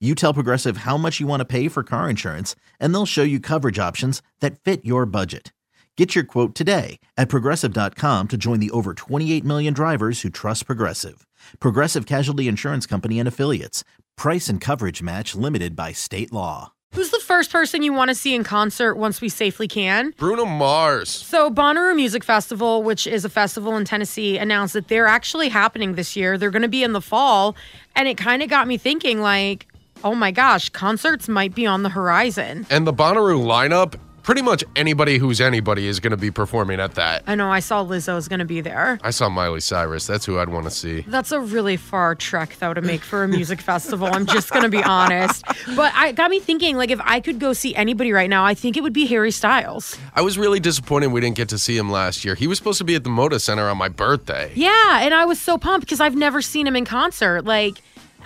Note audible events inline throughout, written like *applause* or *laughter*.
You tell Progressive how much you want to pay for car insurance, and they'll show you coverage options that fit your budget. Get your quote today at progressive.com to join the over 28 million drivers who trust Progressive. Progressive Casualty Insurance Company and Affiliates. Price and coverage match limited by state law. Who's the first person you want to see in concert once we safely can? Bruno Mars. So, Bonnaroo Music Festival, which is a festival in Tennessee, announced that they're actually happening this year. They're going to be in the fall. And it kind of got me thinking, like, oh my gosh, concerts might be on the horizon. And the Bonnaroo lineup, pretty much anybody who's anybody is going to be performing at that. I know I saw Lizzo is going to be there. I saw Miley Cyrus. That's who I'd want to see. That's a really far trek, though, to make for a music festival. I'm just going to be honest. But I it got me thinking, like, if I could go see anybody right now, I think it would be Harry Styles. I was really disappointed we didn't get to see him last year. He was supposed to be at the Moda Center on my birthday. Yeah, and I was so pumped because I've never seen him in concert. Like,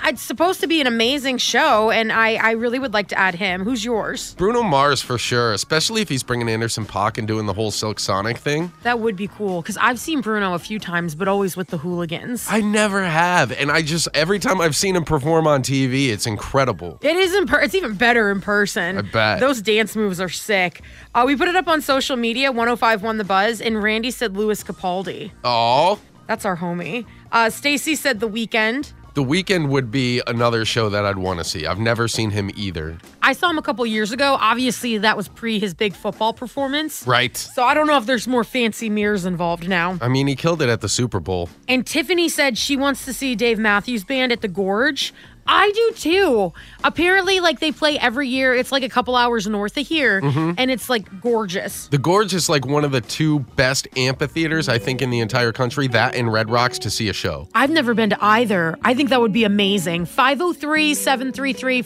it's supposed to be an amazing show, and I, I really would like to add him. Who's yours? Bruno Mars for sure, especially if he's bringing Anderson Paak and doing the whole Silk Sonic thing. That would be cool because I've seen Bruno a few times, but always with the hooligans. I never have, and I just every time I've seen him perform on TV, it's incredible. It is in per- it's even better in person. I bet. Those dance moves are sick. Uh, we put it up on social media, 1051 The Buzz, and Randy said Louis Capaldi. Oh, That's our homie. Uh, Stacy said The Weekend. The weekend would be another show that I'd want to see. I've never seen him either. I saw him a couple years ago. Obviously, that was pre his big football performance. Right. So I don't know if there's more fancy mirrors involved now. I mean, he killed it at the Super Bowl. And Tiffany said she wants to see Dave Matthews Band at the Gorge. I do too. Apparently, like they play every year. It's like a couple hours north of here, and it's like gorgeous. The Gorge is like one of the two best amphitheaters, I think, in the entire country. That and Red Rocks to see a show. I've never been to either. I think that would be amazing. 503 733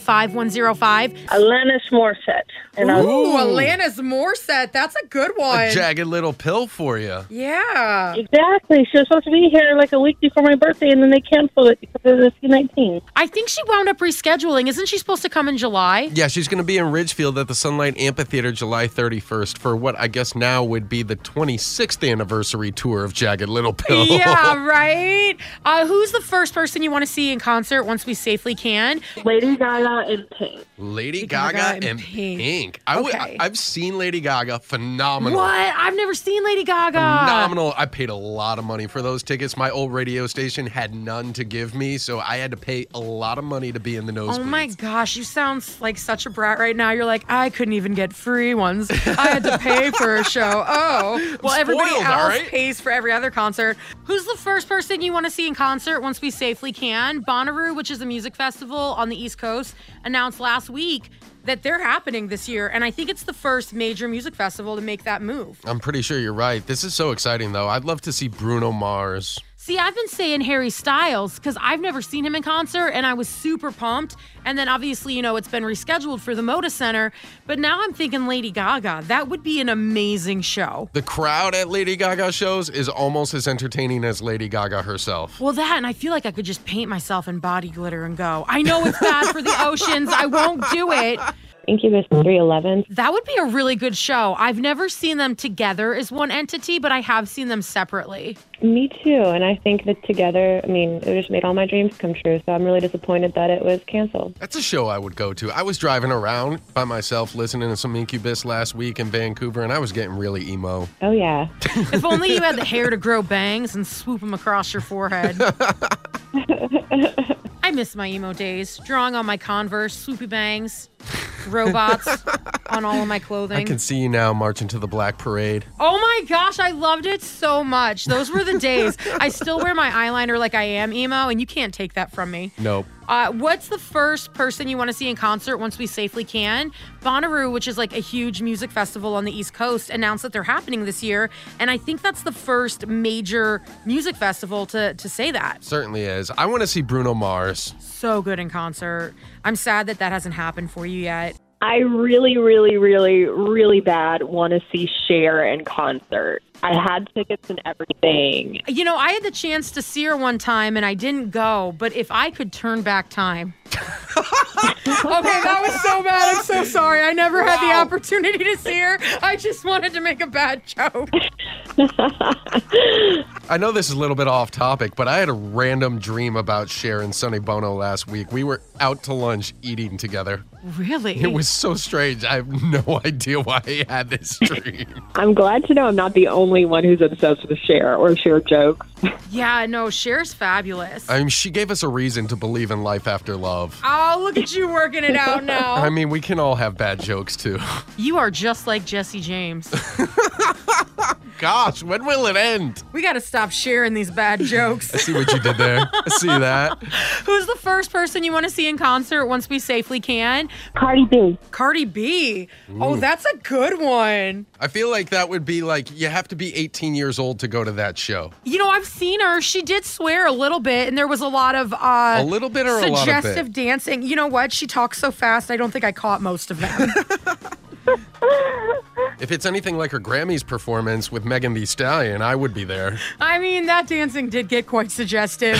5105. Alanis Morissette. And I, Ooh, Alanis Morissette. That's a good one. A jagged little pill for you. yeah. exactly. She was supposed to be here like a week before my birthday, and then they canceled it because of the C-19. I think she wound up rescheduling. Isn't she supposed to come in July? Yeah, she's going to be in Ridgefield at the Sunlight Amphitheater July 31st for what I guess now would be the 26th anniversary tour of Jagged Little Pill. yeah, right? Uh, who's the first person you want to see in concert once we safely can? Lady Gaga and Pink. *laughs* Lady Gaga Gaga, and and, Pink. Pink. I would- Okay. I've seen Lady Gaga. Phenomenal. What? I've never seen Lady Gaga. Phenomenal. I paid a lot of money for those tickets. My old radio station had none to give me, so I had to pay a lot of money to be in the Oh nosebleeds. my gosh, you sound like such a brat right now. You're like, I couldn't even get free ones. I had to pay *laughs* for a show. Oh, well, everybody spoiled, all else right? pays for every other concert. Who's the first person you want to see in concert once we safely can? Bonnaroo, which is a music festival on the East Coast, announced last week that they're happening this year, and I think it's the first major music festival to make that move. I'm pretty sure you're right. This is so exciting, though. I'd love to see Bruno Mars. See, I've been saying Harry Styles because I've never seen him in concert and I was super pumped. And then obviously, you know, it's been rescheduled for the Moda Center. But now I'm thinking Lady Gaga. That would be an amazing show. The crowd at Lady Gaga shows is almost as entertaining as Lady Gaga herself. Well, that, and I feel like I could just paint myself in body glitter and go. I know it's bad for the oceans. I won't do it. Incubus 311. That would be a really good show. I've never seen them together as one entity, but I have seen them separately. Me too. And I think that together, I mean, it just made all my dreams come true. So I'm really disappointed that it was canceled. That's a show I would go to. I was driving around by myself listening to some Incubus last week in Vancouver, and I was getting really emo. Oh, yeah. If only you had the hair to grow bangs and swoop them across your forehead. I miss my emo days, drawing on my Converse, swoopy bangs, robots on all of my I clothing. can see you now marching to the Black Parade. Oh my gosh, I loved it so much. Those were the days. I still wear my eyeliner like I am emo, and you can't take that from me. Nope. Uh, what's the first person you want to see in concert once we safely can? Bonnaroo, which is like a huge music festival on the East Coast, announced that they're happening this year, and I think that's the first major music festival to to say that. Certainly is. I want to see Bruno Mars. So good in concert. I'm sad that that hasn't happened for you yet. I really, really, really, really bad want to see Cher in concert. I had tickets and everything. You know, I had the chance to see her one time and I didn't go, but if I could turn back time. *laughs* okay, that was so bad. I'm so sorry. I never had the opportunity to see her. I just wanted to make a bad joke. I know this is a little bit off topic, but I had a random dream about Cher and Sonny Bono last week. We were out to lunch eating together. Really? It was so strange. I have no *laughs* idea why I had this dream. I'm glad to know I'm not the only one who's obsessed with Cher or Cher jokes. Yeah, no, Cher's fabulous. I mean, she gave us a reason to believe in life after love. oh, look at you working it *laughs* out now. I mean, we can all have bad jokes too. you are just like Jesse James. *laughs* Gosh, when will it end? we got to stop sharing these *laughs* bad jokes. I see what you did there. I *laughs* see that. Who's the first person you want to see in concert once we safely can? Cardi B. Cardi B. Oh, that's a good one. I feel like that would be like you have to be 18 years old to go to that show. You know, I've seen her. She did swear a little bit, and there was a lot of uh, A little bit or a lot of suggestive bit. dancing. You know what? She talks so fast. I don't think I caught most of them. If it's anything like her Grammys performance with Megan Thee Stallion, I would be there. I mean, that dancing did get quite suggestive.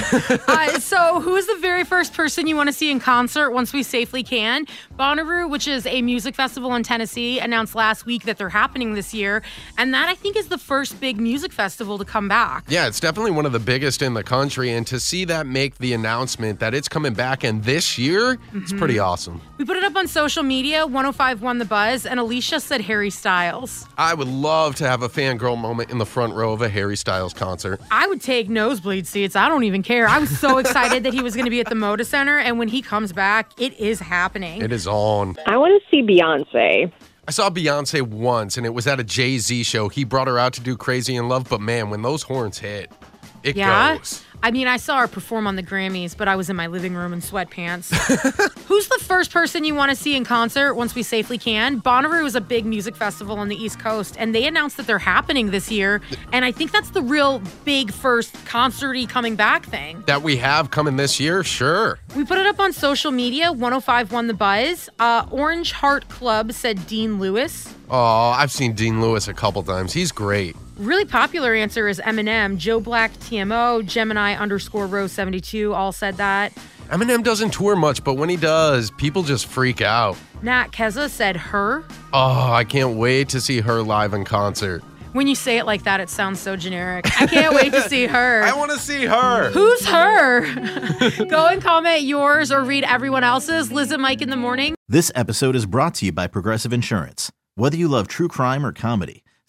uh, so, who is the very first person you want to see in concert once we safely can? Bonnaroo, which is a music festival in Tennessee, announced last week that they're happening this year, and that I think is the first big music festival to come back. Yeah, it's definitely one of the biggest in the country. And to see that make the announcement that it's coming back and this year, it's pretty awesome. We put it up on social media, 1051 The Buzz, and Alicia said Harry Styles. I would love to have a fangirl moment in the front row of a Harry Styles concert. I would take nosebleed seats. I don't even care. I was so excited that he was going to be at the Moda Center, and when he comes back, it is happening. It is on. I want to see Beyonce. I saw Beyonce once and it was at a Jay Z show. He brought her out to do Crazy in Love, but man, when those horns hit, it yeah. goes. I mean, I saw her perform on the Grammys, but I was in my living room in sweatpants. *laughs* Who's the first person you want to see in concert once we safely can? Bonnaroo is a big music festival on the East Coast, and they announced that they're happening this year. And I think that's the real big first concerty coming back thing. That we have coming this year, sure. We put it up on social media, 1051 The Buzz. Uh, Orange Heart Club said Dean Lewis. Oh, I've seen Dean Lewis a couple times. He's great. Really popular answer is Eminem, Joe Black, TMO, Gemini underscore row 72 all said that. Eminem doesn't tour much, but when he does, people just freak out. Nat Keza said her. Oh, I can't wait to see her live in concert. When you say it like that, it sounds so generic. I can't wait to see her. *laughs* I want to see her. Who's her? *laughs* Go and comment yours or read everyone else's. Liz and Mike in the morning. This episode is brought to you by Progressive Insurance. Whether you love true crime or comedy,